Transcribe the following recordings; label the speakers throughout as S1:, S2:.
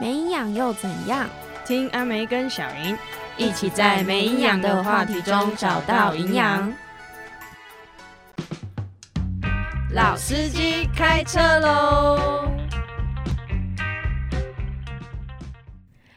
S1: 没营养又怎样？
S2: 听阿梅跟小云
S1: 一起在没营养的话题中找到营养。老司机开车喽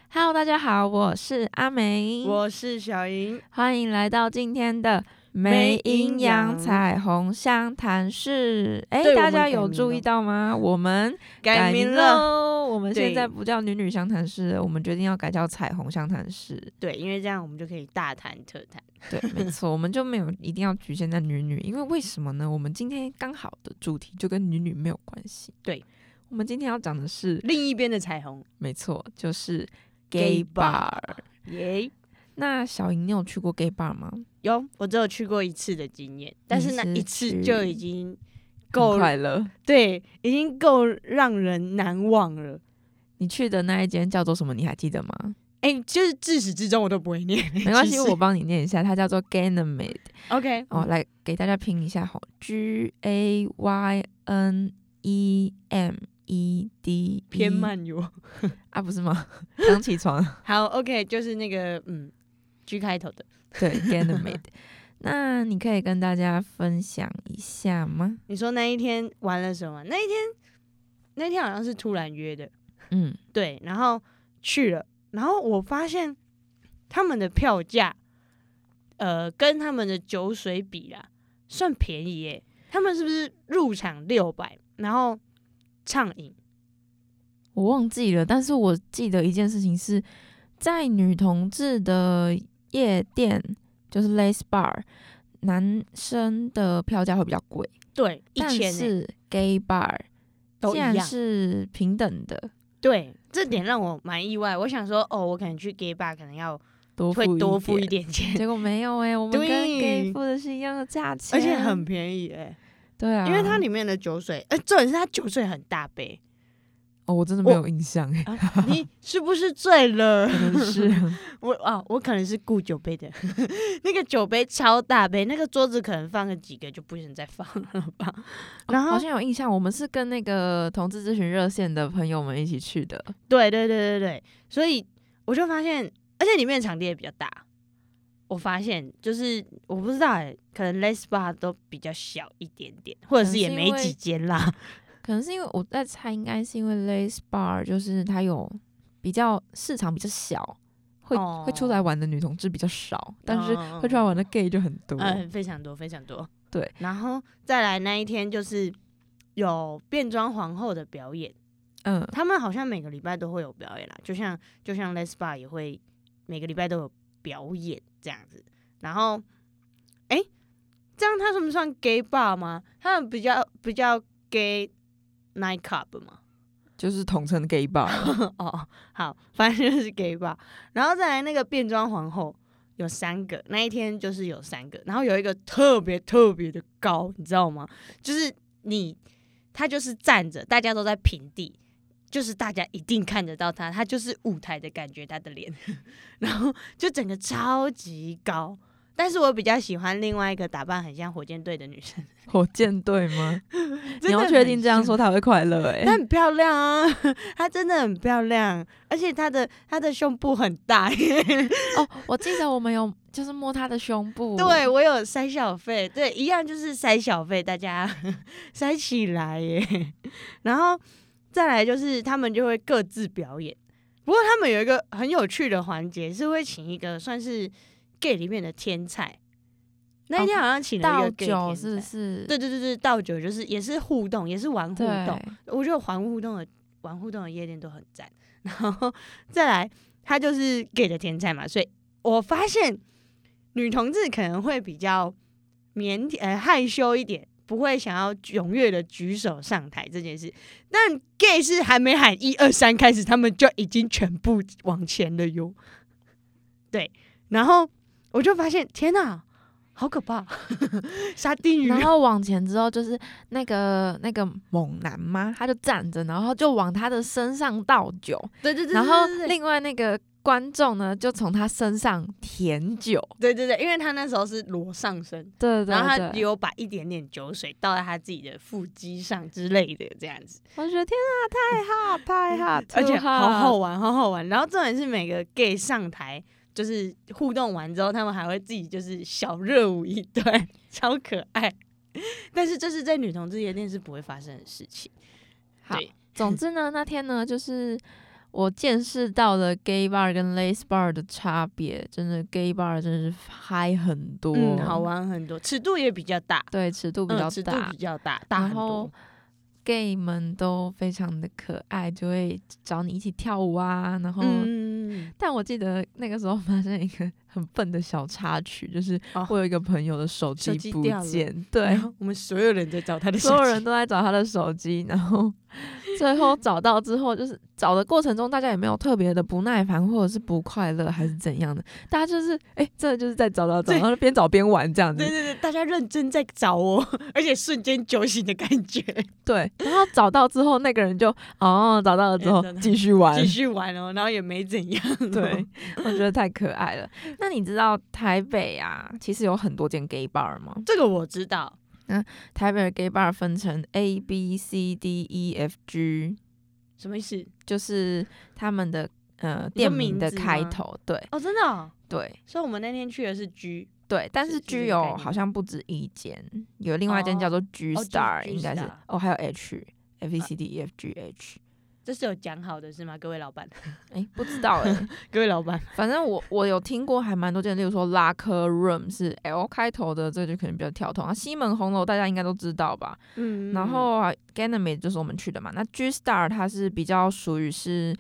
S1: ！Hello，大家好，我是阿梅，
S2: 我是小云，
S1: 欢迎来到今天的没
S2: 没
S1: 营
S2: 营
S1: 养
S2: 养
S1: 彩虹相谈室。哎、
S2: 对我
S1: 大
S2: 们
S1: 家
S2: 改
S1: 有
S2: 名
S1: 注意
S2: 了
S1: 到吗？我们
S2: 改名了。
S1: 喽！我们现
S2: 对
S1: 在不叫女女相谈室了，我们决定要改叫彩虹相谈室。
S2: 对，因为这样我们就可以大谈特谈。
S1: 对， 没错，我们就没有一定要局限在女女，因为为什么呢？我们今天刚好的主题就跟女女没有关系。
S2: 对，
S1: 我们今天要讲的是，
S2: 另一边的彩虹，
S1: 没错，就是 gay
S2: Gay
S1: bar。
S2: 耶、
S1: 那小莹，你有去过 gay bar 吗？
S2: 有我只有去过一次的经验，但是那
S1: 你是
S2: 一次
S1: 去
S2: 就已经
S1: 够
S2: 够
S1: 快乐。
S2: 对，已经够让人难忘了。
S1: 你去的那一间叫做什么？你还记得 吗？
S2: 哎、就是自始至终我都不会念，
S1: 没关
S2: 其
S1: 系，
S2: 实
S1: 我帮你念一下，它叫做 Ganymede。
S2: OK
S1: 哦，来给大家拼一下吼，G A Y N E M E D，E
S2: 偏慢游。
S1: 啊，不是吗？ 刚起床，
S2: 好，OK，就是那个嗯，G 开头的。
S1: 对 g a n y m e d 那你可以跟大家分享一下吗？
S2: 你说那一天玩了什么？那一天，那一天好像是突然约的，
S1: 嗯，
S2: 对，然后去了，然后我发现他们的票价，呃，跟他们的酒水比啦，算便宜耶、他们是不是入场六百，然后畅饮？
S1: 我忘记了，但是我记得一件事情是在女同志的夜店，就是 Lace Bar，男生的票价会比较贵，
S2: 对，一
S1: 但
S2: 千、欸、
S1: 是 Gay Bar
S2: 都一
S1: 竟然
S2: 样。
S1: 是平等的，
S2: 对，这点让我蛮意外。我想说，哦，我可能去 gay bar 可能要
S1: 多
S2: 会
S1: 付
S2: 多付
S1: 点
S2: 一点钱，
S1: 结果没有哎、我们跟
S2: 对
S1: gay 付的是一样的价钱，
S2: 而且很便宜哎、
S1: 对啊，
S2: 因为它里面的酒水，哎、重点是它酒水很大杯。
S1: 哦，我真的没有印象哎、
S2: 啊、你是不是醉了？
S1: 可能是
S2: 我啊，我可能是顾酒杯的， 那个酒杯超大杯，那个桌子可能放个几个就不能再放了吧。 然
S1: 哦好
S2: 后，
S1: 像有印象，我们是跟那个同志咨询热线的朋友们一起去的，
S2: 对对对对对，所以我就发现，而且里面的场地也比较大。我发现就是我不知道哎、可能 Les Bar 都比较小一点点，或者是也
S1: 可能是
S2: 没
S1: 因为
S2: 几间啦。
S1: 可能是因为我在猜，应该是因为 Lace Bar 就是它有比较市场比较小，会、
S2: 哦
S1: 会出来玩的女同志比较少，但是
S2: 嗯
S1: 会出来玩的 gay 就很多。
S2: 嗯，非常多，非常多。
S1: 对，
S2: 然后再来那一天就是有变装皇后的表演，
S1: 嗯，
S2: 他们好像每个礼拜都会有表演啦，就像就像 Les Bar 也会每个礼拜都有表演这样子。然后，哎、这样它算不算 gay bar 吗？它比较比较 gay nightclub 吗？
S1: 就是统称 gay bar，
S2: 哦，好，反正就是 gay 吧。然后再来那个变装皇后有三个，那一天就是有三个，然后有一个特别特别的高，你知道吗？就是你，他就是站着，大家都在平地。就是大家一定看得到他，他就是舞台的感觉，他的脸， 然后就整个超级高。但是我比较喜欢另外一个打扮很像火箭队的女生，
S1: 火箭队吗？你
S2: 真
S1: 要
S2: 的
S1: 确
S2: 很
S1: 定这样
S2: 像
S1: 说他会快 乐哎、
S2: 她很漂亮啊， 她真的很漂亮，而且她的她的胸部很大耶。
S1: 哦，我记得我们有就是摸他的胸部，
S2: 对我有塞小费，对，一样就是塞小费，大家 塞起来耶。然后再来就是他们就会各自表演，不过他们有一个很有趣的环节是会请一个算是 gay 里面的天才，那一天好像请了一
S1: 哦倒
S2: 个 gay
S1: 酒
S2: 天
S1: 是
S2: 才
S1: 不。是？
S2: 对对对对，倒酒就是也是互动，也是玩互
S1: 对
S2: 动。我觉得玩互动的玩互动的夜店都很赞。然后再来，他就是 gay 的天才嘛，所以我发现女同志可能会比较腼腆、呃、害羞一点，不会想要踊跃的举手上台这件事。但 gay 是还没喊一二三开始，他们就已经全部往前了哟。对，然后我就发现，天哪，好可怕，沙丁鱼
S1: 然后往前之后就是那个那个猛男嘛，他就站着，然后就往他的身上倒酒，
S2: 对对对对对
S1: 然后
S2: 对对
S1: 另外那个观众呢就从他身上舔酒，
S2: 对对对，因为他那时候是裸上身，
S1: 对对
S2: 然后他
S1: 对，
S2: 有把一点点酒水倒在他自己的腹肌上之类的，这样子，
S1: 我觉得天 啊，太 hot 太 hot，
S2: 而且
S1: too
S2: 好
S1: hot
S2: 好玩，好好玩。然后重点是每个 gay 上台就是互动完之后，他们还会自己就是小热舞一段，超可爱。但是这是在女同志夜店是不会发生的事情。
S1: 好
S2: 对，
S1: 总之呢，那天呢，就是我见识到了 gay bar 跟 lace bar 的差别，真的 gay bar 真的是嗨很多，
S2: 嗯，好。玩很多，尺度也比较大，
S1: 对，尺度比较
S2: 嗯，尺度
S1: 大，
S2: 比较大，大
S1: 然
S2: 很多
S1: 后。gay 们都非常的可爱，就会找你一起跳舞啊。然后，
S2: 嗯，
S1: 但我记得那个时候发生一个很笨的小插曲，就是
S2: 哦
S1: 我有一个朋友的手
S2: 手
S1: 机
S2: 机
S1: 不
S2: 掉了
S1: 见，对
S2: 然， 后我们所有人在找他的手
S1: 所有
S2: 机
S1: 人都在找他的手机，然后最后找到之后，就是找的过程中，大家也没有特别的不耐烦，或者是不快乐，还是怎样的，大家就是哎、真的就是在找找找，
S2: 对
S1: 然后边找边玩这样子
S2: 对，对对，大家认真在找我， 而且瞬间酒醒的感觉，
S1: 对。然后找到之后，那个人就哦找到了之后
S2: 哎真的
S1: 继续玩
S2: 继，续玩哦，然后也没怎样、 哦。
S1: 对，我觉得太可爱了。那你知道台北啊，其实有很多间 gay bar 吗？
S2: 这个我知道。
S1: 台北的 gay bar 分成 A B C D E F G，
S2: 什么意思？
S1: 就是他们的呃店名的
S2: 名字
S1: 开
S2: 吗
S1: 头，对
S2: 哦，真的、哦。
S1: 对
S2: 所以我们那天去的是 G，
S1: 对，但是
S2: 是这
S1: G
S2: 个概
S1: 有
S2: 念
S1: 好像不止一间，有另外一间
S2: 哦
S1: 叫做 G
S2: 哦，G-
S1: Star，、
S2: G
S1: 应该是
S2: Star
S1: 哦，还有 H F E C D E F G
S2: 啊
S1: H，
S2: 这是有讲好的是吗？各位老板，
S1: 哎、不知道哎、
S2: 各位老板，
S1: 反正我我有听过还蛮多间，例如说拉科 Room 是 L 开头的，这就可能比较跳通啊。西门红楼大家应该都知道吧？
S2: 嗯
S1: 然后啊 Ganymede 就是我们去的嘛，那 G Star 它是比较属于是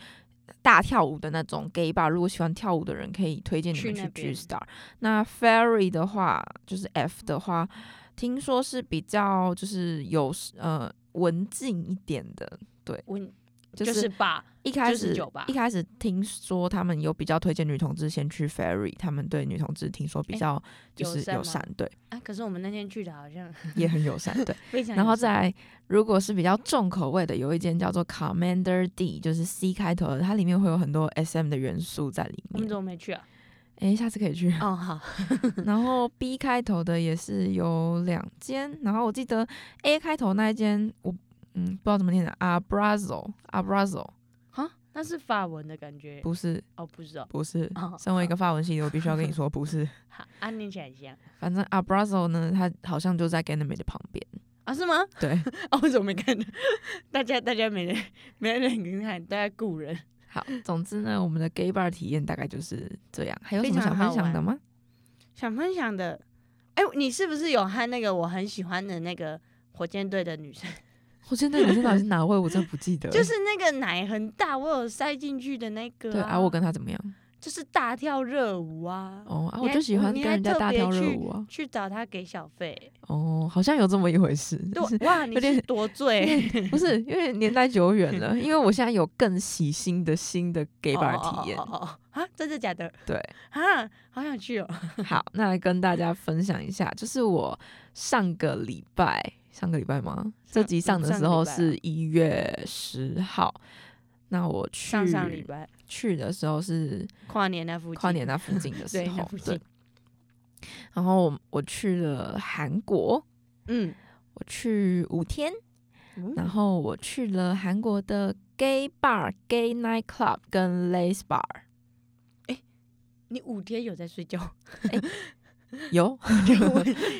S1: 大跳舞的那种 gay bar，如果喜欢跳舞的人可以推荐你
S2: 去
S1: 们
S2: 那
S1: 去 G
S2: 边
S1: Star。那 Ferry 的话，就是 F 的话，听说是比较就是有呃文静一点的，
S2: 我
S1: 就
S2: 就是
S1: 是
S2: 吧，
S1: 一开
S2: 就是
S1: 始、
S2: 酒吧
S1: 一开始听说他们有比较推荐女同志先去 Ferry，他们对女同志听说比
S2: 哎
S1: 较就
S2: 友
S1: 是
S2: 善
S1: 友
S2: 吗
S1: 善， 对，
S2: 啊，可是我们那天去的好像
S1: 也很友善，对。
S2: 非常有趣，
S1: 然后再来如果是比较重口味的，有一间叫做 Commander D，就是 C 开头的，它里面会有很多 SM 的元素在里
S2: 我们
S1: 面。
S2: 怎么没去啊？
S1: 哎、下次可以去。
S2: 哦，好，
S1: 然后 B 开头的也是有两间，然后我记得 A 开头那一间，我嗯不知道怎么念的，Abrazo Abrazo
S2: 哈，那是法文的感觉，
S1: 不是
S2: 哦，不是哦，
S1: 不是。
S2: 哦，
S1: 身为一个法文系的，我必须要跟你说，不是。
S2: 好，好啊，念起来像
S1: 反正 Abrazo 呢，它好像就在 Ganymede 旁边。
S2: 啊，是吗？
S1: 对，
S2: 哦，我怎么没看到？ 大家大家没人没人跟看，大家雇人。
S1: 好，总之呢，我们的 gay bar 体验大概就是这样。还有
S2: 非
S1: 什么
S2: 常
S1: 想分
S2: 好
S1: 享的
S2: 玩
S1: 吗？
S2: 想分享的，哎、你是不是有和那个我很喜欢的那个火箭队的女 生，
S1: 我真的女生到底是哪位？我真的不记 得了。
S2: 就是那个奶很大，我有塞进去的那个、
S1: 对啊，我跟她怎么样？
S2: 就是大跳热舞啊，
S1: 哦啊，
S2: 你
S1: 我
S2: 还
S1: 就喜欢
S2: 你
S1: 跟
S2: 还
S1: 人家
S2: 特
S1: 大
S2: 别
S1: 跳热
S2: 去
S1: 舞啊。
S2: 去找她给小 费。
S1: 哦，好像有这么一回事。但是
S2: 对，哇，你
S1: 有点
S2: 是多醉，
S1: 不是因为年代久远了？因为我现在有更喜新的新的 gay bar 体验
S2: 哦。哦哦哦啊，真的假的
S1: 对，
S2: 啊？好想去哦！
S1: 好，那来跟大家分享一下，就是我上个礼拜，上个礼拜吗？这集上的
S2: 上
S1: 时
S2: 个礼
S1: 候
S2: 拜啊
S1: 是一月十号。那我去
S2: 上上礼拜
S1: 去的时候是
S2: 跨年那附近，
S1: 跨年那附近的时
S2: 对那
S1: 候
S2: 附，近
S1: 对。然后我我去了韩国，
S2: 嗯，
S1: 我去五天，
S2: 嗯
S1: 然后我去了韩国的 gay bar、gay night club 跟 lace bar。
S2: 你五天有在睡觉？
S1: 有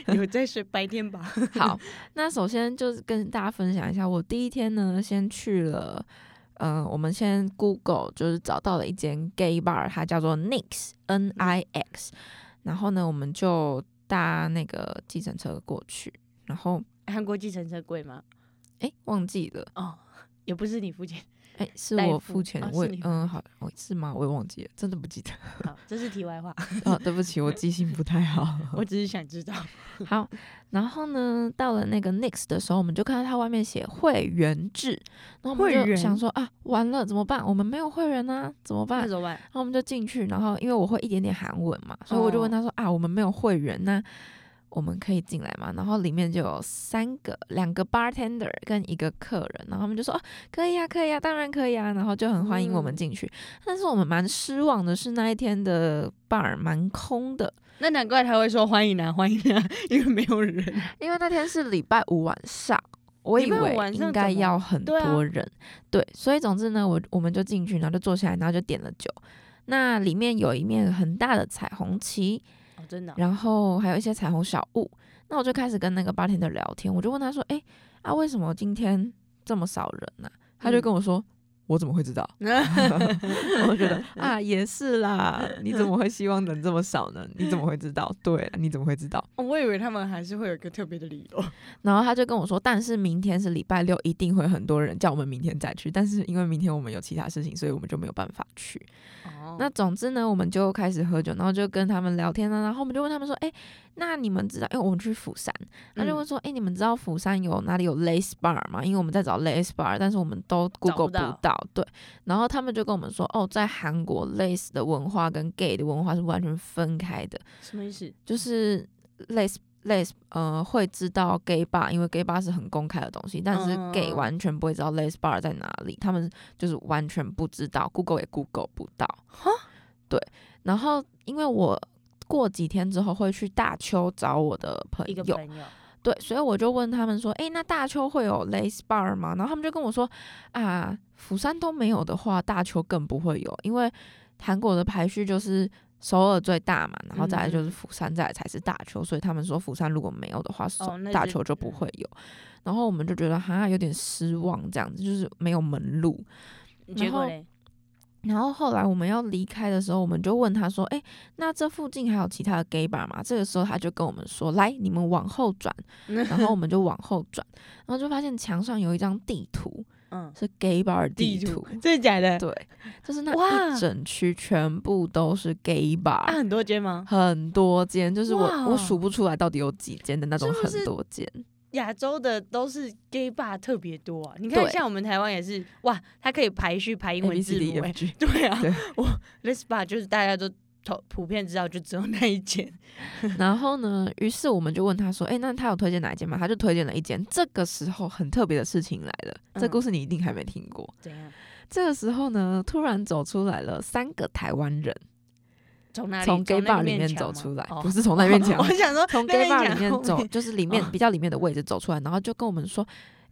S2: 有在睡白天吧？
S1: 好，那首先就是跟大家分享一下，我第一天呢，先去了，嗯、我们先 Google 就是找到了一间 gay bar，它叫做 Nix N I X，然后呢，我们就搭那个计程车过去，然后
S2: 韩国计程车贵吗？
S1: 哎忘记了。
S2: 哦，也不是你付钱。
S1: 哎、是
S2: 代
S1: 我
S2: 付
S1: 付钱，
S2: 哦
S1: 我
S2: 是你付
S1: 嗯，好，哦，是吗？我也忘记了，真的不记得
S2: 好，这是题外话，
S1: 哦，对不起，我记性不太好。
S2: 我只是想知道。
S1: 好，然后呢，到了那个 Nix 的时候，我们就看到它外面写会员制，然后我
S2: 会
S1: 们就
S2: 员
S1: 想说啊，完了怎么办？我们没有会员呢、怎么办？
S2: 那
S1: 然
S2: 怎么办？哦
S1: 后我们就进去，然后因为我会一点点韩文嘛，所以我就问他说、啊，我们没有会员，那我们可以进来嘛？”然后里面就有三个、两个 bartender 跟一个客人，然后他们就说：“哦，可以啊，可以啊，当然可以啊。”然后就很欢迎我
S2: 嗯
S1: 们进去。但是我们蛮失望的是，那一天的 bar 蛮空的，
S2: 那难怪他会说欢迎啊，欢迎啊，因为没有人。
S1: 因为那天是礼拜五晚上，我
S2: 礼
S1: 以
S2: 拜五
S1: 为
S2: 晚上
S1: 应该
S2: 怎么
S1: 要很
S2: 对啊
S1: 多人，对所以总之呢，我我们就进去，然后就坐下来，然后就点了酒。那里面有一面很大的彩虹旗，
S2: 哦，真的 哦、
S1: 然后还有一些彩虹小物。那我就开始跟那个 bartender 聊天，我就问他说：“哎、啊，为什么今天这么少人呢、他就
S2: 嗯
S1: 跟我说：“我怎么会知道？” 我 觉得啊，也是啦，你怎么会希望人这么少呢？你怎么会知道？对，啊你怎么会知道？
S2: 哦我以为他们还是会有一个特别的理由。
S1: 然后他就跟我说，但是明天是礼拜六，一定会很多人叫我们明天再去。但是因为明天我们有其他事情，所以我们就没有办法去。
S2: 哦
S1: 那总之呢，我们就开始喝酒，然后就跟他们聊天啊，然后我们就问他们说，哎、那你们知道？因为我们去釜山，他
S2: 嗯
S1: 就问说，哎、你们知道釜山有哪里有 Lace Bar 吗？因为我们在找 Lace Bar，但是我们都 Google
S2: 到
S1: 不到。对，然后他们就跟我们说，哦，在韩国 Lace 的文化跟 Gay 的文化是完全分开的。
S2: 什么意思？
S1: 就是 les les 呃会知道 gay bar，因为 gay bar 是很公开的东西，但是
S2: 嗯
S1: gay 完全不会知道 les bar 在哪里，他们就是完全不知道，Google 也 Google 不到。对，然后因为我过几天之后会去大邱找我的朋
S2: 一个
S1: 友，
S2: 朋友，
S1: 对，所以我就问他们说，诶，那大邱会有 lace bar 吗？然后他们就跟我说，啊，釜山都没有的话，大邱更不会有，因为韩国的排序就是首尔最大嘛，然后再来就是
S2: 嗯
S1: 釜山，再来才是大邱，所以他们说釜山如果没有的话，首
S2: 哦那
S1: 大
S2: 就嗯
S1: 邱就不会有。然后我们就觉得哈有点失望，这样子就是没有门路。
S2: 结果
S1: 后
S2: 嘞，
S1: 然后后来我们要离开的时候，我们就问他说：“诶，那这附近还有其他的 gay bar 吗？”这个时候他就跟我们说：“来，你们往后转。”然后我们就往后转，然后就发现墙上有一张地图，
S2: 嗯，
S1: 是 gay bar
S2: 地
S1: 图。
S2: 图真的假 的？
S1: 对，就是那
S2: 哇
S1: 一整区全部都是 gay
S2: 啊，
S1: bar，、
S2: 很多间吗？
S1: 很多间，就是我我
S2: 哇
S1: 数不出来到底有几间的那种，
S2: 是不是
S1: 很多间。
S2: 亚洲的都是 gay bar 特别多啊，你看
S1: 对
S2: 像我们台湾也是，哇，它可以排序排
S1: A
S2: 英
S1: B
S2: 文
S1: C
S2: 字
S1: D E
S2: 母、
S1: F
S2: 欸，
S1: G，
S2: 对啊
S1: 对，
S2: 我 les bar 就是大家都普普遍知道，就只有那一间，
S1: 然后呢，于是我们就问他说：“诶，那他有推荐哪一间吗？”他就推荐了一间。这个时候很特别的事情来了，这
S2: 嗯
S1: 故事你一定还没听过。
S2: 怎样？
S1: 这个时候呢，突然走出来了三个台湾人，
S2: 从哪里？
S1: 从 gay
S2: 那个
S1: bar 里
S2: 面
S1: 面
S2: 墙
S1: 走
S2: 吗
S1: 出来，
S2: 哦
S1: 不是从那 面墙
S2: 我，想说
S1: 从
S2: 那
S1: gay
S2: 边
S1: bar
S2: 讲
S1: 里面
S2: 后
S1: 走，
S2: 面
S1: 就是里面
S2: 哦
S1: 比较里面的位置走出来，然后就跟我们说：“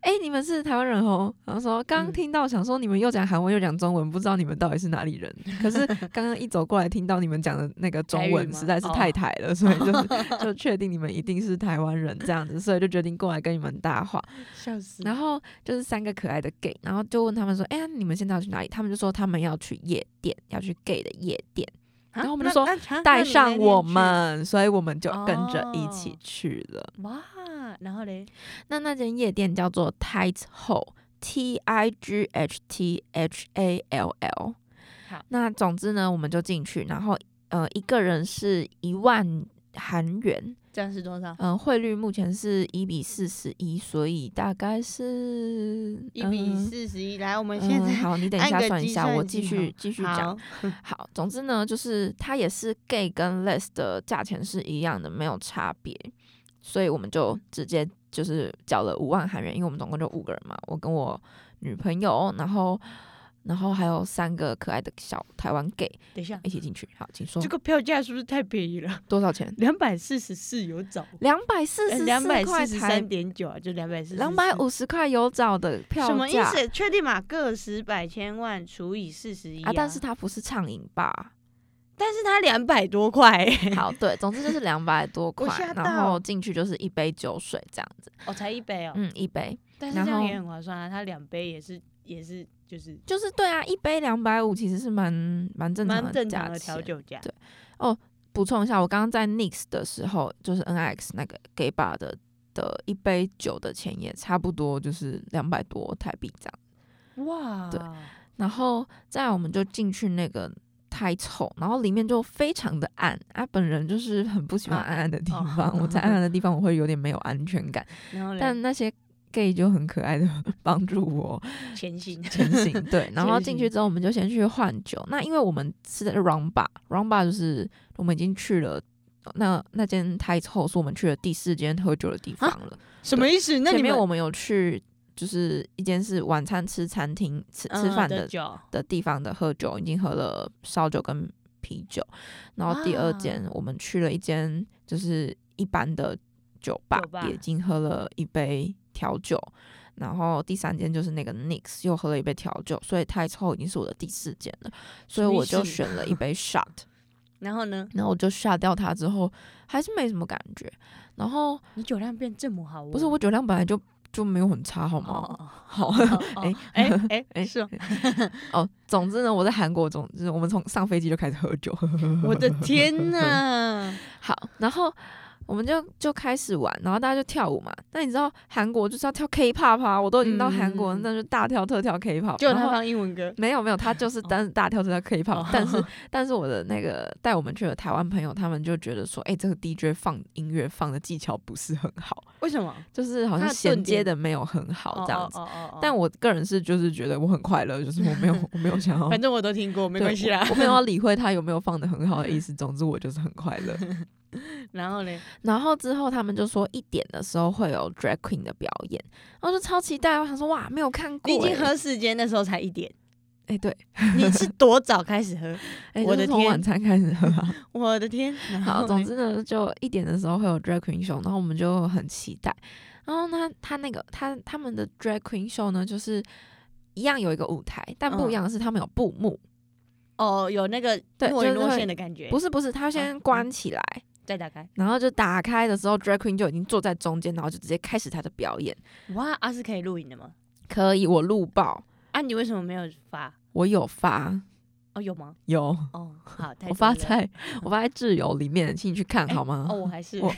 S1: 哎、你们是台湾人哦。”然后说：“刚
S2: 嗯
S1: 听到，想说你们又讲韩文又讲中文，不知道你们到底是哪里人。可 是刚刚一走过来，听到你们讲的那个中
S2: 台语
S1: 文
S2: 吗哦
S1: 实在是太台了，所以 就是就确定你们一定是台湾人这样子，所以就决定过来跟你们搭话。
S2: 笑死。
S1: 然后就是三个可爱的 gay，然后就问他们说：“哎、呀，你们现在要去哪里？”他们就说他们要去夜店，要去 gay 的夜店。
S2: 啊
S1: 然后我们
S2: 那
S1: 就说
S2: 啊啊那
S1: 带
S2: 你那
S1: 上
S2: 天
S1: 我
S2: 去
S1: 们，所以我们就跟着一起
S2: 哦
S1: 去了。
S2: 哇，然后嘞，
S1: 那那间夜店叫做 Tight Hole，T I G H T H A L L。
S2: 好
S1: 那总之呢，我们就进去，然后呃，一个人是一万韩元，
S2: 这样是多少？
S1: 嗯、汇率目前是一比四十一，所以大概是
S2: 一比
S1: 嗯
S2: 四十一。来，我们
S1: 嗯
S2: 现在
S1: 好，你等一
S2: 按
S1: 下
S2: 个
S1: 算一
S2: 计
S1: 下，
S2: 算
S1: 我
S2: 机
S1: 继续
S2: 好
S1: 继续讲。
S2: 好
S1: 好，总之呢，就是它也是 gay 跟 les 的价钱是一样的，没有差别，所以我们就直接就是缴了五万韩元，因为我们总共就五个人嘛，我跟我女朋友，然后然后还有三个可爱的小台湾 gay
S2: 等一下，
S1: 一起进去。好，请说
S2: 这个票价是不是太便宜了？
S1: 多少钱？
S2: 两百四十四有找，呃
S1: 两百四十
S2: 两百
S1: 块
S2: 四十
S1: 台
S2: 三，点九啊，就两百四，
S1: 两百。五十块有找的票价。
S2: 什么意思？确定码个十百千万除以四十一
S1: 啊？但是它不是畅饮吧？
S2: 但是它两百多块、欸，
S1: 好，对，总之就是两百多
S2: 我
S1: 块
S2: 吓，
S1: 然后
S2: 到
S1: 进去就是一杯酒水这样子，
S2: 哦，才一杯哦。
S1: 嗯，一杯
S2: 但是
S1: 然
S2: 这样
S1: 后
S2: 也很划算啊，它两杯也是也是就是
S1: 就是对啊，一杯两百五其实是蛮蛮正常
S2: 蛮
S1: 的
S2: 正
S1: 价
S2: 常的调
S1: 钱。
S2: 酒价
S1: 对。补充一下，我刚刚在 Nix 的时候，就是 NX 那个 gay bar 的的一杯酒的钱也差不多就是两百多台币这样，
S2: 哇，
S1: 对然后再来我们就进去那个。太丑，然后里面就非常的暗啊！本人就是很不喜欢
S2: 啊
S1: 暗暗的地
S2: 哦
S1: 方，我在暗暗的地方我会有点没有安全 感。
S2: 然后嘞
S1: 但那些 gay 就很可爱的 帮助我
S2: 前行，
S1: 前行， 对。然后
S2: 前
S1: 进
S2: 行
S1: 去之后，我们就先去换酒。那因为我们是在 round bar，round bar 就是我们已经去了那那间太臭，是我们去了第四间喝酒的地方了。
S2: 什么意思？啊那
S1: 前
S2: 你们
S1: 面我们有去，就是一间是晚餐吃餐厅吃
S2: 嗯
S1: 吃饭的、
S2: 的酒
S1: 的地方的喝酒，已经喝了烧酒跟啤酒。然后第二
S2: 哇
S1: 间我们去了一间就是一般的酒吧，
S2: 酒吧
S1: 也已经喝了一杯调酒。然后第三间就是那个 Nix，又喝了一杯调酒，所以太臭已经是我的第四间了，所以
S2: 什么意
S1: 我就
S2: 思
S1: 选了一 杯 shot。
S2: 然后呢？
S1: 然后我就下掉它之后，还是没什么感觉。然后
S2: 你酒量变这么好，
S1: 不是我酒量本来就就没有很差，好
S2: 哦
S1: 吗？
S2: 哦，
S1: 好
S2: 哦哎哎哎，
S1: 哎
S2: 是哦，
S1: 哦，总之呢，我在韩国，总之我们从上飞机就开始喝酒，
S2: 我的 天呐！
S1: 好，然后我们就就开始玩，然后大家就跳舞嘛。那你知道韩国就是要跳 K-pop 啊，我都已经到韩国，
S2: 嗯
S1: 那就大跳特跳 K-pop，
S2: 就
S1: 然
S2: 他
S1: 后
S2: 放英文歌，
S1: 没有没有，他就是
S2: 哦
S1: 单大跳这个 K-pop，、
S2: 哦
S1: 但 是但是我的那个带我们去的台湾朋友，他们就觉得说，哎、这个 DJ 放音乐放的技巧不是很好，
S2: 为什么？
S1: 就是好
S2: 他
S1: 像
S2: 的
S1: 衔
S2: 顿
S1: 接
S2: 点
S1: 的没有很好
S2: 哦
S1: 这样子。
S2: 哦哦哦哦
S1: 但我个人是就是觉得我很快乐，就是我没 有我没有想要
S2: 反正我都听过，没
S1: 对
S2: 关系啦
S1: 我。我没有要理会他有没有放的很好的 意思，总之我就是很快乐。
S2: 然后嘞，
S1: 然后之后他们就说一点的时候会有 drag queen 的表演，然后就超期待，我想说哇没有看 过、
S2: 你已
S1: 哎、
S2: 经喝四间，那时候才一点，
S1: 对，
S2: 你是多早开始喝？
S1: 哎
S2: 我
S1: 就是
S2: 的
S1: 从
S2: 天
S1: 晚餐开 始喝、啊。
S2: 我的天！然后
S1: 好，
S2: 嘞
S1: 总之呢就一点的时候会有 drag queen show，然后我们就很期待。然后呢，他那个他他们的 drag queen show 呢就是一样有一个舞台，但不
S2: 嗯
S1: 一样的是他们有布幕，
S2: 哦，有那个
S1: 对
S2: 若隐
S1: 就是
S2: 若
S1: 会
S2: 现的感觉，
S1: 不是不是，他先关起来。
S2: 再打开。
S1: 然后就打开的时候，drag queen 就已经坐在中间，然后就直接开始他的表演。
S2: 哇，啊是可以录影的吗？
S1: 可以，我录爆，
S2: 啊，你为什么没有发？
S1: 我有发，
S2: 哦，有吗？
S1: 有，
S2: 哦，好，太
S1: 我发
S2: 多了
S1: 在我发在挚友里面，请你去看
S2: 哎
S1: 好吗？
S2: 哦， 我还是
S1: 我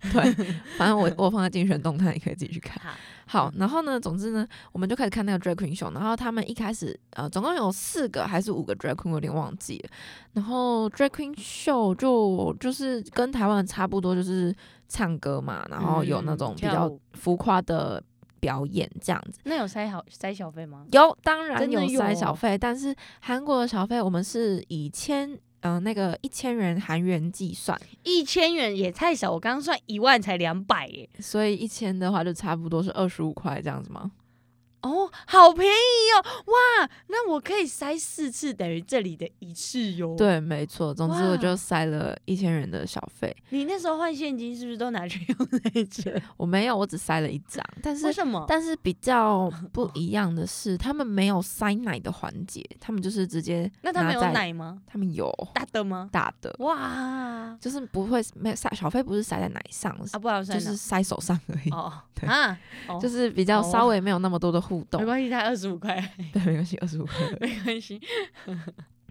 S1: 反 正我我放在竞选动态，你可以自己去看。
S2: 好，
S1: 好，然后呢，总之呢，我们就开始看那个 drag queen show，然后他们一开始呃，总共有四个还是五个 drag queen，我有点忘记了。然后 drag queen show 就就是跟台湾的差不多，就是唱歌嘛，然后有那
S2: 嗯
S1: 种比
S2: 跳
S1: 较
S2: 舞
S1: 浮夸的表演这样子。
S2: 那有塞好塞小费吗？
S1: 有，当然
S2: 真的
S1: 有塞
S2: 有哦
S1: 小费，但是韩国的小费我们是以千嗯、呃、那个一千元韩元计算，
S2: 一千元也太少，我刚刚算一万才两百耶。
S1: 所以一千的话就差不多是二十五块这样子吗？
S2: 哦，好便宜哦！哇，那我可以塞四次，等于这里的一次哟。，
S1: 对，没错。总之
S2: 哦哇
S1: 我就塞了一千元的小费，
S2: 你那时候换现金是不是都拿去用在这？
S1: 我没有，我只塞了一张。但
S2: 为
S1: 是
S2: 什么？
S1: 但是比较不一样的是，他们没有塞奶的环节，他们就是直接
S2: 那他们
S1: 拿
S2: 有
S1: 在，
S2: 奶吗？
S1: 他们有
S2: 大的吗？
S1: 大的，
S2: 哇，
S1: 就是不会没有塞小费，不是塞在奶上，
S2: 啊，不然算
S1: 就
S2: 了
S1: 是塞手上而已。
S2: 哦
S1: 对
S2: 啊，哦
S1: 就是比较
S2: 哦
S1: 稍微没有那么多的互动
S2: 没，关系，才二十五块，
S1: 对，没关系，二十五块。
S2: 没关系。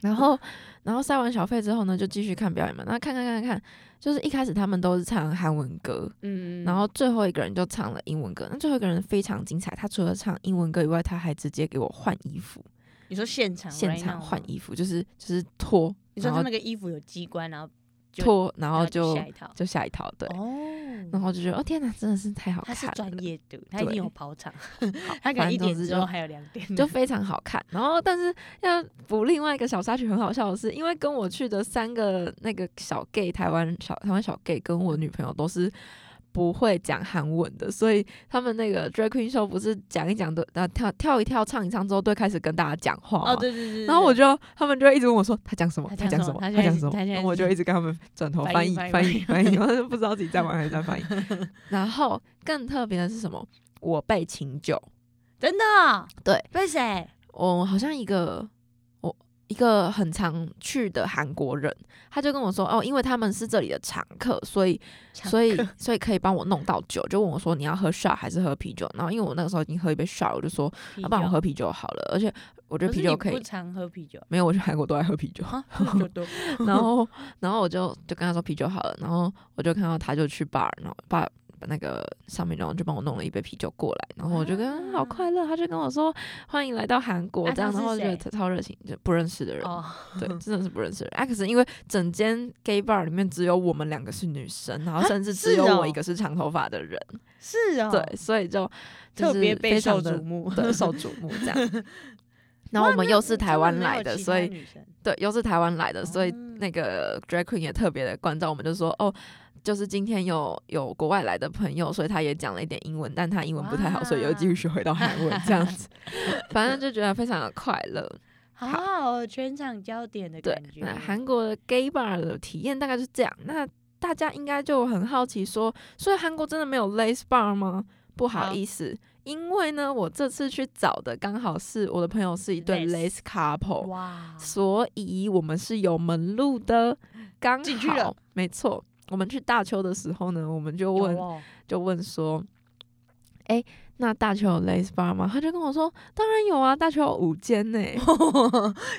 S1: 然后，然后塞完小费之后呢，就继续看表演嘛。那看看看看，就是一开始他们都是唱韩文歌，
S2: 嗯，
S1: 然后最后一个人就唱了英文歌。那最后一个人非常精彩，他除了唱英文歌以外，他还直接给我换衣服，
S2: 你说现场
S1: 现
S2: right
S1: 场
S2: now
S1: 换
S2: 吗，
S1: 衣服，就是就是脱，
S2: 你说
S1: 然
S2: 他
S1: 后
S2: 那个衣服有机关，然后就
S1: 脱，然后
S2: 然
S1: 就
S2: 下一套
S1: 就下一套，对。然
S2: 哦。
S1: 后就觉得，哦天哪，真的是太好
S2: 他
S1: 看
S2: 是专
S1: 了，
S2: 业的，他一定
S1: 对
S2: 有跑 场，他可能
S1: 反
S2: 一
S1: 正总
S2: 点
S1: 之
S2: 之
S1: 就
S2: 后还有两点，
S1: 就非常好看。然后，但是要补另外一个小插曲，很好笑的是，因为跟我去的三个那个小 gay 台湾小台湾小 gay 跟我女朋友都是。不会讲韩文的，所以他们那个 drag queen show 不是讲一讲都，然后跳跳一跳、唱一唱之后，都会开始跟大家讲话嘛。
S2: 哦，对对对对。
S1: 然后我
S2: 对
S1: 就他们就会一直问我说他讲什么，
S2: 他
S1: 他
S2: 讲
S1: 讲
S2: 什
S1: 什
S2: 么
S1: 么，
S2: 他
S1: 他
S2: 现在
S1: 讲
S2: 是
S1: 什么
S2: 他现在，
S1: 然后我
S2: 是
S1: 就一直跟他 们转头
S2: 翻
S1: 翻
S2: 译
S1: 译
S2: 翻
S1: 翻
S2: 译
S1: 译翻 译，我都不知道自己在玩还是在翻译。然后更特别的是什么？我被请酒，
S2: 真的哦
S1: 对，
S2: 被谁？
S1: 我好像一个我一个很常去的韩国人，他就跟我说哦，因为他们是这里的常客，所以所以所以可以帮我弄到酒，就问我说你要喝 shot 还是喝啤酒？然后因为我那个时候已经喝一杯 shot，我就说
S2: 啤
S1: 要啊不然我
S2: 酒
S1: 喝啤酒好了，而且我觉得
S2: 可是
S1: 啤
S2: 你
S1: 酒可
S2: 不
S1: 以，
S2: 常喝啤酒
S1: 没有我去韩国都爱喝啤酒。
S2: 啊，喝酒多
S1: 然后，然后我就就跟他说啤酒好了，然后我就看到他就去 bar，然后把把那个上面，然后就帮我弄了一杯啤酒过来，然后我就跟、啊好快乐，他就跟我说欢迎来到韩国、
S2: 啊
S1: 这样，
S2: 他
S1: 然
S2: 是
S1: 后我觉得
S2: 谁
S1: 超超热情，就不认识的人，
S2: 哦，
S1: 对，真的是不认识的人。啊，可是因为整间 gay bar 里面只有我们两个是女生，然后
S2: 啊
S1: 甚至
S2: 是
S1: 只有我
S2: 哦
S1: 一个是长头发的人，
S2: 是哦，
S1: 对，所以就、就
S2: 特别
S1: 是
S2: 备
S1: 非常
S2: 受
S1: 的
S2: 瞩目。
S1: 对，受瞩目这样。然后我们
S2: 哇那
S1: 又是台湾来的，
S2: 真
S1: 所以
S2: 没有其他女生
S1: 对，又是台湾来的，所以
S2: 哦
S1: 那个 drag queen 也特别的关照我们，就说哦，就是今天有有国外来的朋友，所以他也讲了一点英文，但他英文不太好，所以又继续学回到韩文这样 子，反正就觉得非常的快乐。
S2: 好好哦全场焦点的
S1: 对
S2: 感，觉。
S1: 那韩国的 gay bar 的体验大概就是这样。那大家应该就很好奇说，所以韩国真的没有 lace bar 吗？不好
S2: 好
S1: 意思，因为呢，我这次去找的刚好是我的朋友是一对
S2: Lace
S1: lace couple，
S2: 哇，
S1: 所以我们是有门路的，刚好
S2: 进去了
S1: 没错。我们去大邱的时候呢，我们就
S2: 有
S1: 问，
S2: 哦
S1: 就问说，哎、那大邱有 lace bar 吗？他就跟我说，当然有啊，大邱有五间 呢、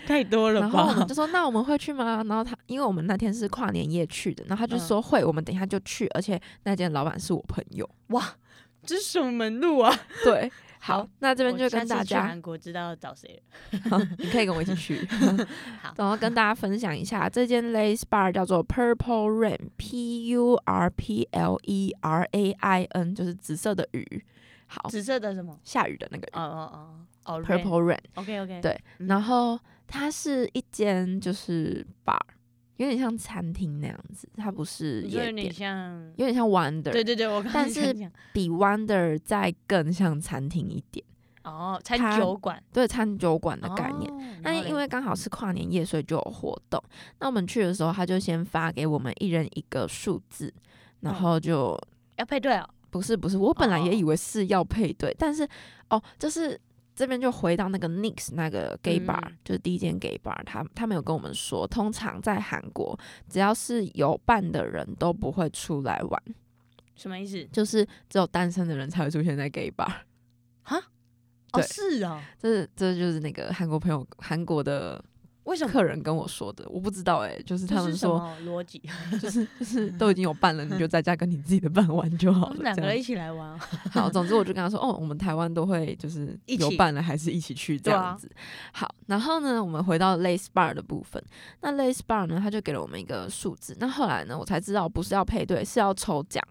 S2: 太多了
S1: 然后我
S2: 吧
S1: 们？就说那我们会去吗？然后他因为我们那天是跨年夜去的，然后他就
S2: 嗯
S1: 说会，我们等一下就去，而且那间老板是我朋友。
S2: 哇，这是什么门路啊？
S1: 对，好，那这
S2: 这
S1: 边就跟大家，
S2: 韩国知道要找谁了。
S1: 你可以跟我一起去
S2: 好，
S1: 然后跟大家分享一下这间 Lace Bar 叫做 Purple Rain，P U R P L E R A I N，就是紫色的雨，好，
S2: 紫色的什么？
S1: 下雨的那个
S2: 哦
S1: 雨
S2: 哦哦哦
S1: Purple Rain。
S2: OK OK，
S1: 对
S2: 嗯
S1: 然后它是一间就是 bar，有点像餐厅那样子，它不是
S2: 就
S1: 夜
S2: 有
S1: 店
S2: 点。像，
S1: 有点像 Wonder，
S2: 对对对，我刚
S1: 但
S2: 刚
S1: 是
S2: 想讲
S1: 比 Wonder 再更像餐厅一点，
S2: 哦，餐
S1: 它
S2: 酒馆哦
S1: 对，餐酒馆的概念。
S2: 念
S1: 那因为刚好
S2: 嗯
S1: 是跨年夜，所以就有活动。那我们去的时候，他就先发给我们一人一个数字，然
S2: 嗯
S1: 后就
S2: 要配对哦，
S1: 不是不是，我本来
S2: 哦
S1: 也以为是要配对，但是哦，就是这边就回到那个 Nix 那个 gay
S2: 嗯
S1: bar，、就是第一间 gay bar，他他们有跟我们说，通常在韩国只要是有伴的人都不会出来玩，
S2: 什么意思？
S1: 就是只有单身的人才会出现在 gay bar。
S2: 哦，
S1: 对
S2: 是哦，
S1: 这这就是那个韩国朋友，韩国的
S2: 为什么？
S1: 客人跟我说的，我不知道哎、就是
S2: 这
S1: 他们
S2: 是什
S1: 说，
S2: 么逻辑？
S1: 就是就是都已经有伴了，你就在家跟你自己的伴玩就
S2: 我
S1: 好
S2: 们
S1: 了。
S2: 两
S1: 这
S2: 个
S1: 样
S2: 一起来玩哦，
S1: 好，总之我就跟他 说，哦，我们台湾都会就是
S2: 一
S1: 有
S2: 起
S1: 伴了，还是一起去这
S2: 对啊
S1: 样子。好，然后呢，我们回到 Lace Bar 的部分，那 Lace Bar 呢，他就给了我们一个数字，那后来呢，我才知道不是要配对，是要抽奖，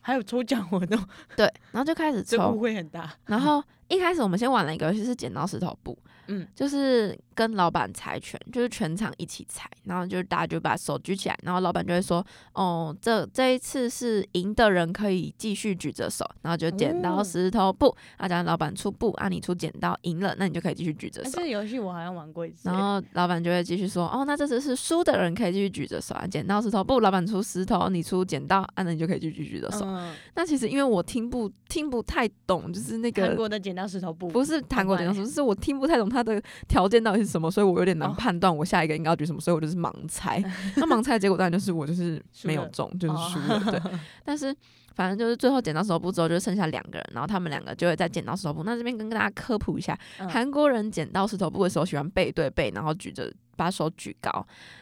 S2: 还有抽奖活动，
S1: 对，然后就开始
S2: 这
S1: 抽
S2: 误，会很大。
S1: 然后一开始我们先玩了一个游戏是剪刀石头布，
S2: 嗯，
S1: 就是跟老板猜拳，就是全场一起猜，然后就是大家就把手举起来，然后老板就会说，哦，这这一次是赢的人可以继续举着手，然后就剪刀
S2: 哦
S1: 石头布，啊，假如老板出布，啊你出剪刀，赢了，那你就可以继续举着
S2: 哎
S1: 手
S2: 这。个游戏我好像玩过一次
S1: 然，后老板就会继续说，哦，那这次是输的人可以继续举着手啊，剪刀石头布，老板出石头，你出剪刀，啊，那你就可以继续举着手。
S2: 嗯，
S1: 那其实因为我听不听不太懂，就是那个
S2: 韩国的剪刀石头布，
S1: 不是韩国
S2: 怪
S1: 点什么，是我听不太懂它的条件到底是什么，所以我有点难
S2: 哦
S1: 判断我下一个应该要举什么，所以我就是盲猜。那盲猜的结果当然就是我就是
S2: 输
S1: 没有
S2: 了
S1: 中，就是
S2: 哦
S1: 输了。对，但是反正就是最后剪刀石头布之后就剩下两个人，然后他们两个就会在剪刀石头布。那这边跟大家科普一下，
S2: 嗯
S1: 韩国人剪刀石头布的时候喜欢背对背，然后举着。把手举高，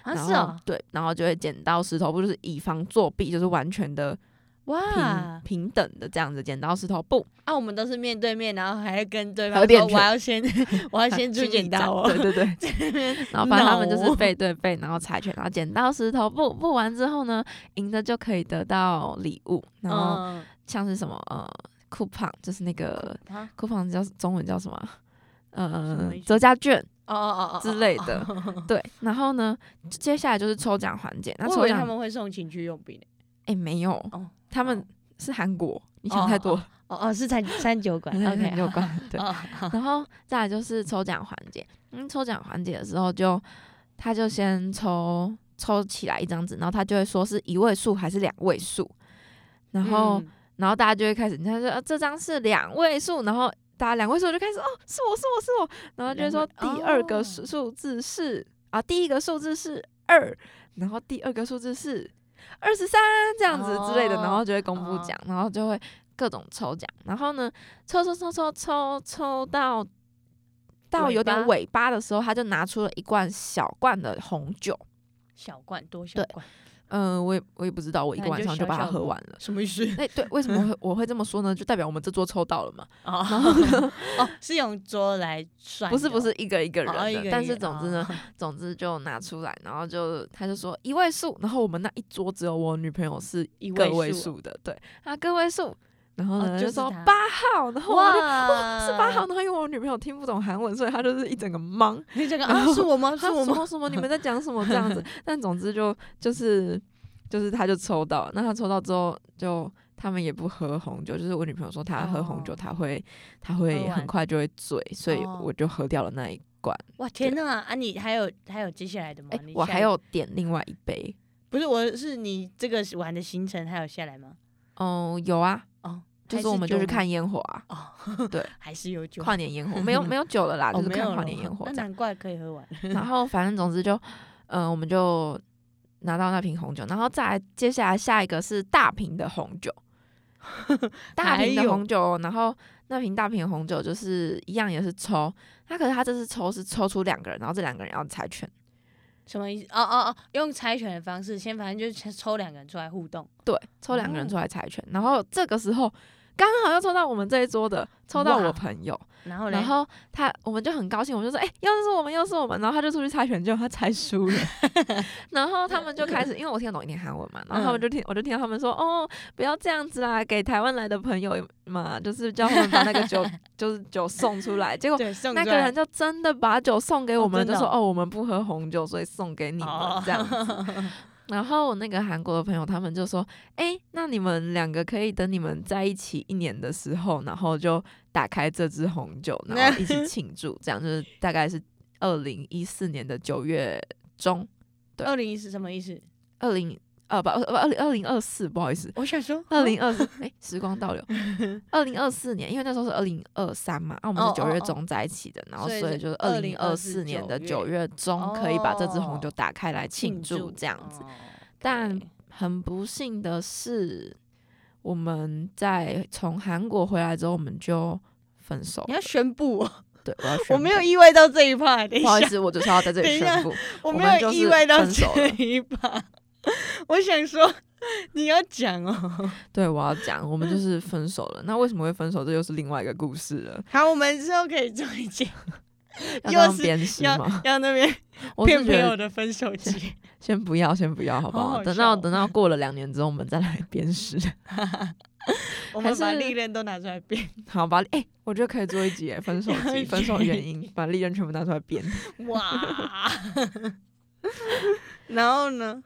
S2: 啊
S1: 然后
S2: 是哦，
S1: 对，然后就会剪刀石头布，就是以防作弊，就是完全的平、
S2: 哇
S1: 平等的这样子剪刀石头布。
S2: 啊，我们都是面对面，然后还要跟对
S1: 还
S2: 方
S1: 有
S2: 说
S1: 点拳
S2: 我要先我要先出
S1: 去
S2: 剪刀哦，
S1: 对对对， 然后反正他们就是背对背，然后猜拳，然后剪刀石头布，布完之后呢，赢的就可以得到礼物，然后
S2: 嗯，
S1: 像是什么呃，coupon 就是那个
S2: 啊
S1: coupon 叫中文叫什么啊？
S2: 什
S1: 呃
S2: 么意，思
S1: 折价券
S2: 哦哦哦哦
S1: 之类的，对。然后呢，接下来就是抽奖环节。那
S2: 我以
S1: 抽
S2: 为他
S1: 奖，
S2: 们会送情趣用品呢。
S1: 哎，没有
S2: 哦，
S1: 他们
S2: 哦
S1: 是韩国，你想太多了，
S2: 哦哦，是餐餐酒馆，OK，
S1: 有
S2: 好
S1: 关 对。
S2: 哦，
S1: 然后再来就是抽奖环节，嗯，抽奖环节的时候就他就先抽抽起来一张纸，然后他就会说是一位数还是两位数，然后、
S2: 嗯
S1: 然后大家就会开始，他说、啊、这张是两位数，然后大家两位数就开始哦，是我是我是我，然后就会说
S2: 两位
S1: 第二个
S2: 哦
S1: 数数字是、啊，第一个数字是二，然后第二个数字是二十三这样子之类的，然后
S2: 哦
S1: 就会公布
S2: 哦
S1: 奖，然后就会各种抽奖，然后呢抽抽抽抽抽抽到。到
S2: 尾
S1: 有点
S2: 巴
S1: 尾巴的时候，他就拿出了一罐小罐的红酒。
S2: 小罐多小
S1: 对
S2: 罐，
S1: 嗯、我也我也不知道，我一
S2: 那
S1: 个
S2: 你
S1: 晚
S2: 就
S1: 上就
S2: 小
S1: 把它
S2: 小
S1: 喝
S2: 的
S1: 完了。
S2: 什么 意思？
S1: 那对，为什么 会我会这么说呢？就代表我们这桌抽到了嘛？
S2: 哦，哦，是用桌来算的
S1: 不
S2: 哦，
S1: 是不是一个一个
S2: 哦，
S1: 人
S2: 哦一
S1: 的，
S2: 个
S1: 但
S2: 一
S1: 是
S2: 个
S1: 总之呢，，
S2: 哦
S1: 总之就拿出来，然后就他就说一位数，然后我们那一桌只有我女朋友是
S2: 一
S1: 个
S2: 位
S1: 位
S2: 数
S1: 数的，对啊个位数，然后呢、
S2: 哦
S1: 就
S2: 就是
S1: 说
S2: 他
S1: 八号，然后我就
S2: 哇
S1: 是八号，然，后因为我女朋友听不懂韩文，所以她就是一整个懵，
S2: 你这个
S1: 然
S2: 啊
S1: 后
S2: 是 我吗？是
S1: 她
S2: 我
S1: 什
S2: 吗？
S1: 么什么你们在讲什么这样 子，但总之就就是就是她就抽到，那她抽到之后就。他们也不喝红酒，就是我女朋友说她喝红酒，
S2: 哦
S1: 她会她会
S2: 喝完
S1: 很快就会醉，所以
S2: 哦
S1: 我就喝掉了那一罐。
S2: 哇天哪！啊，你还有还有接下来的吗
S1: 哎、？
S2: 你
S1: 我
S2: 下
S1: 还有点另外一杯。
S2: 不是我是你这个玩的行程还有下来吗？
S1: 哦、有啊，
S2: 哦，
S1: 就
S2: 还
S1: 是我们就去
S2: 酒吗
S1: 看烟火啊，
S2: 哦，
S1: 对，
S2: 还是有酒，
S1: 跨年烟火，没有 没有酒了啦，就
S2: 哦
S1: 是
S2: 没有
S1: 看跨
S2: 了
S1: 年烟火
S2: 那
S1: 这样。
S2: 难怪可以喝完。
S1: 然后反正总之就，嗯、我们就拿到那瓶红酒，然后再来接下来下一个是大瓶的红 酒，大瓶
S2: 还
S1: 的
S2: 有
S1: 红酒哦，然后那瓶大瓶的红酒就是一样也是抽，他可是他这次抽是抽出两个人，然后这两个人要猜拳，
S2: 什么意思？哦哦哦，用猜拳的方式，先反正就是抽两个人出来互动。
S1: 对，抽两个人
S2: 哦
S1: 出来猜拳，然后这个时候刚好又抽到我们这一桌的，抽到
S2: 哇
S1: 我朋友，
S2: 然后呢？
S1: 然后他，我们就很高兴，我们就说，哎、又是我们，又是我们。然后他就出去猜拳，结果他猜输 了。然后他们就开始，因为我听得懂一点韩文嘛，然后他们就听，我就听到他们说，哦，不要这样子啦，给台湾来的朋友嘛，就是叫他们把那个酒， 就是酒送出来。结果
S2: 对，送
S1: 那
S2: 出
S1: 个
S2: 来
S1: 人就真的把酒送给我们，
S2: 哦真的
S1: 就
S2: 哦
S1: 说，哦，我们不喝红酒，所以送给你们、
S2: 哦
S1: 这 样子。然后我那个韩国的朋友，他们就说：“哎，那你们两个可以等你们在一起一年的时候，然后就打开这支红酒，然后一 起庆祝，这样就是大概是二零一四年的九月中，对
S2: 二零一是什么意思？
S1: 二零呃不不二零二零二四，不好意思，
S2: 我想说
S1: 二零二
S2: 哦
S1: 四，哎，时光倒流， 二零二四年，因为那时候是二零二三嘛，啊，我们
S2: 哦
S1: 是九
S2: 哦
S1: 月
S2: 哦
S1: 中在一起的，然后
S2: 所以
S1: 所
S2: 是
S1: 以就是二零二
S2: 2024
S1: 四年的
S2: 九
S1: 九月中可以把这支红
S2: 哦
S1: 酒打开来庆祝这样子。。但很不幸的是，我们在从韩国回来之后，我们就分手了。
S2: 你要宣布哦，
S1: 对，我要宣
S2: 我没有
S1: 布
S2: 意味到这一趴，等一
S1: 不好意
S2: 下，
S1: 思，我只是要在这
S2: 等
S1: 里
S2: 一下
S1: 宣布，
S2: 我没
S1: 们
S2: 有
S1: 就是
S2: 意味到
S1: 分手
S2: 这
S1: 了
S2: 一趴。 我想说，你要讲哦。
S1: 对我要讲，我们就是分手了。那为什么会分手？这又是另外一个故事了，
S2: 好，我们之后可以做一集，
S1: 要这
S2: 又
S1: 样
S2: 是
S1: 鞭尸
S2: 要
S1: 吗？
S2: 要那边
S1: 我
S2: 骗
S1: 是
S2: 朋
S1: 觉
S2: 友
S1: 得
S2: 的分手 集。
S1: 先不要，先不要，好不
S2: 好
S1: 好？
S2: 好
S1: 等
S2: 笑
S1: 到
S2: 哦
S1: 等到过了两年之后，我们再 来鞭尸。
S2: 我们把
S1: 还是
S2: 历练都拿出来变。
S1: 好吧？哎、我觉得可以做一集耶分手集， 分手原因，把利刃全部拿出来鞭。
S2: 哇！然后呢？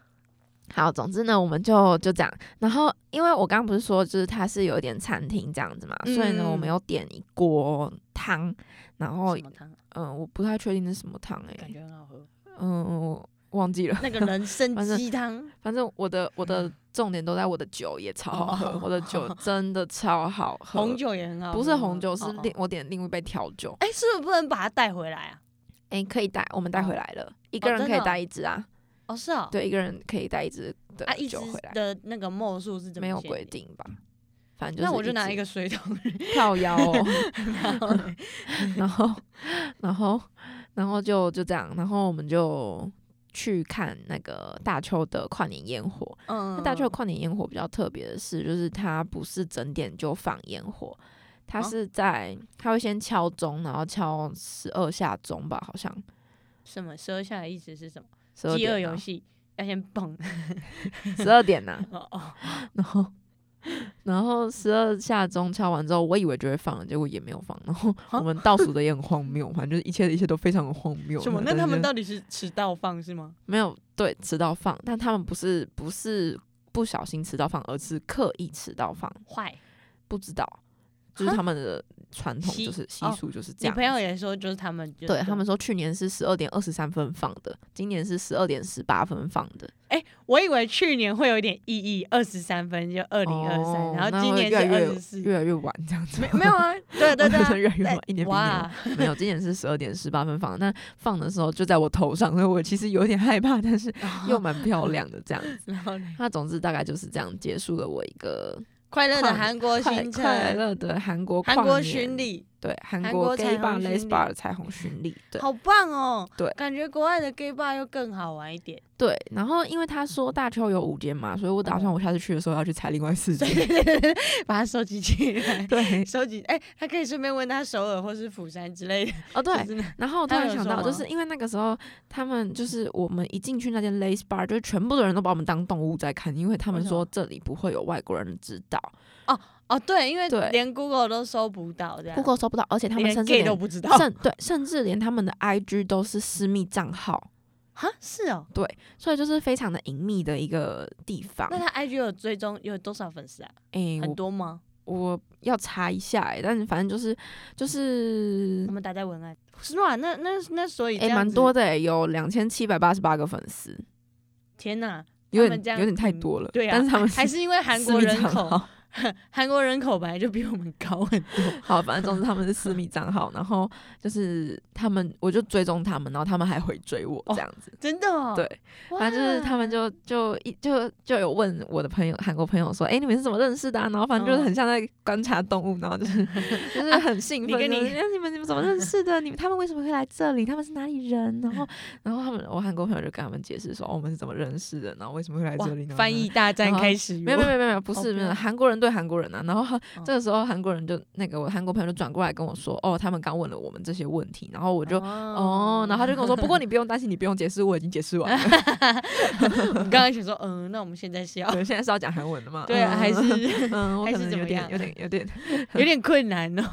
S1: 好，总之呢，我们就就这样。然后，因为我刚刚不是说，就是它是有一点餐厅这样子嘛，所以呢，
S2: 嗯
S1: 我们有点一锅汤，然后
S2: 什么汤？啊
S1: 嗯、我不太确定是什么汤哎、
S2: 感觉很好喝。
S1: 嗯、我忘记了。
S2: 那个人 参
S1: 反正
S2: 鸡汤，
S1: 反正我的我的重点都在我的酒也超好喝，
S2: 哦
S1: 我的 酒真的超好喝，
S2: 红酒也很好喝吗。
S1: 不是红酒，是
S2: 哦哦
S1: 另我点另一杯调酒。
S2: 哎、是不是不能把它带回来啊？
S1: 哎、可以带，我们带回来了，一个
S2: 哦
S1: 人
S2: 真
S1: 可以
S2: 的哦
S1: 带一支啊，
S2: 哦，是哦，，
S1: 对，一个人可以带一支的
S2: 啊，一支
S1: 酒回来，
S2: 的那个墨数是怎么
S1: 没有
S2: 限
S1: 规
S2: 定？
S1: 定吧？反正就是
S2: 那我就拿
S1: 支
S2: 一嗯个水桶，
S1: 跳腰哦，
S2: 然后嘞
S1: 然 后，然后，然后就就这样，然后我们就去看那个大邱的跨年烟火。那
S2: 嗯，
S1: 大邱的跨年烟火比较特别的是，就是它不是整点就放烟火，它
S2: 啊
S1: 是在它会先敲钟，然后敲十二下钟吧，好像
S2: 什么十二下的意思是什么？
S1: 十二
S2: 饥饿
S1: 点
S2: 游
S1: 啊，
S2: 戏要先 蹦，
S1: 十二点呐、
S2: 哦哦，
S1: 然后，然后十二下钟敲完之后，我以为就会放了，结果也没有放。然后
S2: 啊
S1: 我们倒数的也很荒谬，反正就是一切的一切都非常的荒谬。
S2: 什么？
S1: 然
S2: 那
S1: 后
S2: 他
S1: 就
S2: 们
S1: 是
S2: 到底是迟到放是吗？
S1: 没有对迟到放，但他们不是不是不小心迟到放，而是刻意迟到放，
S2: 坏，
S1: 不知道，就是
S2: 哈
S1: 他们的传统
S2: 习
S1: 就是习
S2: 哦
S1: 俗就是这
S2: 你
S1: 样子。
S2: 朋友也说就是他们就
S1: 对他们，说，去年是十二点二十三分放的，今年是十二点十八分放的。
S2: 我以为去年会有一点意义，二十三分就二零二
S1: 哦
S2: 三，然后
S1: 那
S2: 今
S1: 会
S2: 年是
S1: 越来
S2: 二
S1: 越
S2: 十四，
S1: 越来越晚这样 子，
S2: 没没有啊？对对 对啊，
S1: 越来越晚，一年比一年晚
S2: 哇，
S1: 没有，今年是十二点十八分放，那放的时候就在我头上，所以我其实有点害怕，但是 又 蛮漂亮的这样子。
S2: 然后嘞
S1: 那总之大概就是这样结束了我一个
S2: 快乐的
S1: 快
S2: 韩国
S1: 快
S2: 行
S1: 快
S2: 程，
S1: 乐的韩国
S2: 韩
S1: 跨
S2: 国
S1: 年
S2: 巡，礼，
S1: 对韩
S2: 韩
S1: 国
S2: 国
S1: gay
S2: 彩
S1: bar
S2: 虹
S1: les
S2: 巡
S1: bar
S2: 礼
S1: 彩虹巡礼，对
S2: 好棒哦！
S1: 对
S2: 感觉国外的 gay bar 又更好玩一 点。
S1: 对。然后因为他说大邱有五间嘛，所以我
S2: 嗯
S1: 打算我下次去的时候要去踩另外四间。，
S2: 把它收集起来
S1: 对，
S2: 收集。哎、他可以顺便问他首尔或是釜山之类的。
S1: 哦对，
S2: 就是那
S1: 然后我突
S2: 他
S1: 然
S2: 有
S1: 想
S2: 说
S1: 到，就
S2: 吗
S1: 是因为那个时候他们就是我们一进去那间 Lace Bar，就是全部的人都把我们当动物在看，因为他们
S2: 为什
S1: 说
S2: 么
S1: 这里不会有外国人知道。
S2: 哦哦，对，因为
S1: 对
S2: 连 Google 都搜不到这样
S1: Google 搜不到，而且他们
S2: 啊连
S1: 甚至
S2: gay 都
S1: 连
S2: 不知道
S1: 甚对，甚至连他们的 IG 都是私密账号，
S2: 哈，是哦。
S1: 所以就是非常的隐秘的一个地方。
S2: 那他 IG 有追踪有多少粉丝啊？
S1: 诶、
S2: 很多吗？
S1: 我我要查一下、诶，但反正就是就是
S2: 我们打在文案。是吧？那那那所以
S1: 诶，
S2: 这样
S1: 蛮、
S2: 子
S1: 多的、诶，有两千七百八十八个粉丝，
S2: 天哪，
S1: 有
S2: 他
S1: 点
S2: 们这样
S1: 有点太
S2: 嗯
S1: 多了。
S2: 对啊，
S1: 但是他们
S2: 还是因为韩
S1: 私
S2: 国
S1: 密
S2: 人
S1: 账
S2: 口，
S1: 号
S2: 韩国人口本来就比我们高很多。
S1: 好，反正总之他们是私密账号，然后就是他们，我就追踪他们，然后他们还回追我这
S2: 哦
S1: 样子。
S2: 真的哦，
S1: 对，
S2: 哇，
S1: 反正就是他们就就一就就有问我的朋友，韩国朋友说，哎、你们是怎么认识的、啊？然后反正
S2: 嗯
S1: 就是很像在观察动物，然后就是 就是很兴
S2: 你
S1: 奋，
S2: 跟
S1: 就
S2: 你
S1: 是哎你们你们怎么认识的？你们他们为什么会来这里？他们是哪里人？然后 然后他们我韩国朋友就跟他们解释说，哦，我们是怎么认识的，然后为什么会来
S2: 哇
S1: 这里呢？
S2: 翻译大战
S1: 然后
S2: 开始，
S1: 没有没有没有没有，不
S2: 好
S1: 是没
S2: 棒
S1: 有韩国人对韩国人啊。然
S2: 哦
S1: 后这个时候韩国人就那个我韩国朋友就转过来跟我说，哦，他们刚问了我们这些问题，然后我就。哦，然后他 就跟我说，不过你不用担心，你不用解释，我已经解释完了。
S2: 我刚刚想说，嗯，那我们现在是要
S1: 对，现在是要讲韩文的嘛？
S2: 对啊，
S1: 嗯
S2: 还 是
S1: 嗯，我
S2: 还
S1: 可
S2: 是
S1: 能
S2: 怎
S1: 有
S2: 么
S1: 点
S2: 样
S1: 有点有 点
S2: 有点困难哦。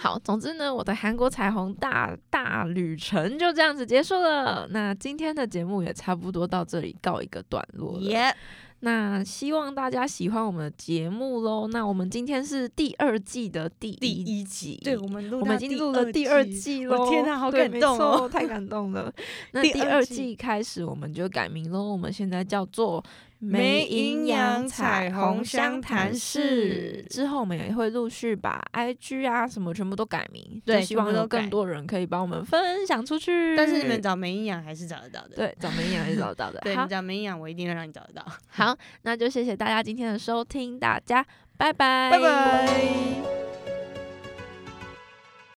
S1: 好。总之呢，我的韩国彩虹大大旅程就这样子结束了。那今天的节目也差不多到这里告一个段落了。
S2: 耶，
S1: 那希望大家喜欢我们的节目喽。那我们今天是第二季的第
S2: 第
S1: 一
S2: 一
S1: 集，
S2: 对我们录
S1: 我
S2: 到
S1: 们已经录了第二季
S2: 我
S1: 喽！
S2: 天哪好
S1: 对
S2: 感
S1: 没
S2: 动哦
S1: 错太感动了。那
S2: 第
S1: 第
S2: 二
S1: 二
S2: 季
S1: 季开始我们就改名喽，我们现在叫做
S2: 没营养彩虹
S1: 相
S2: 湘潭
S1: 市
S2: 市。
S1: 之后我们也会陆续把 IG 啊什么全部都改名，就
S2: 对
S1: 希
S2: 全
S1: 望
S2: 部都
S1: 有更
S2: 改
S1: 多人可以帮我们分享出去。
S2: 但是你们找没营养还是找得到的。
S1: 对找没营养是找得到的。
S2: 对，
S1: 好
S2: 你，找没营养，我一定能让你找得到。
S1: 好，那就谢谢大家今天的收听，大家拜拜，
S2: 拜拜。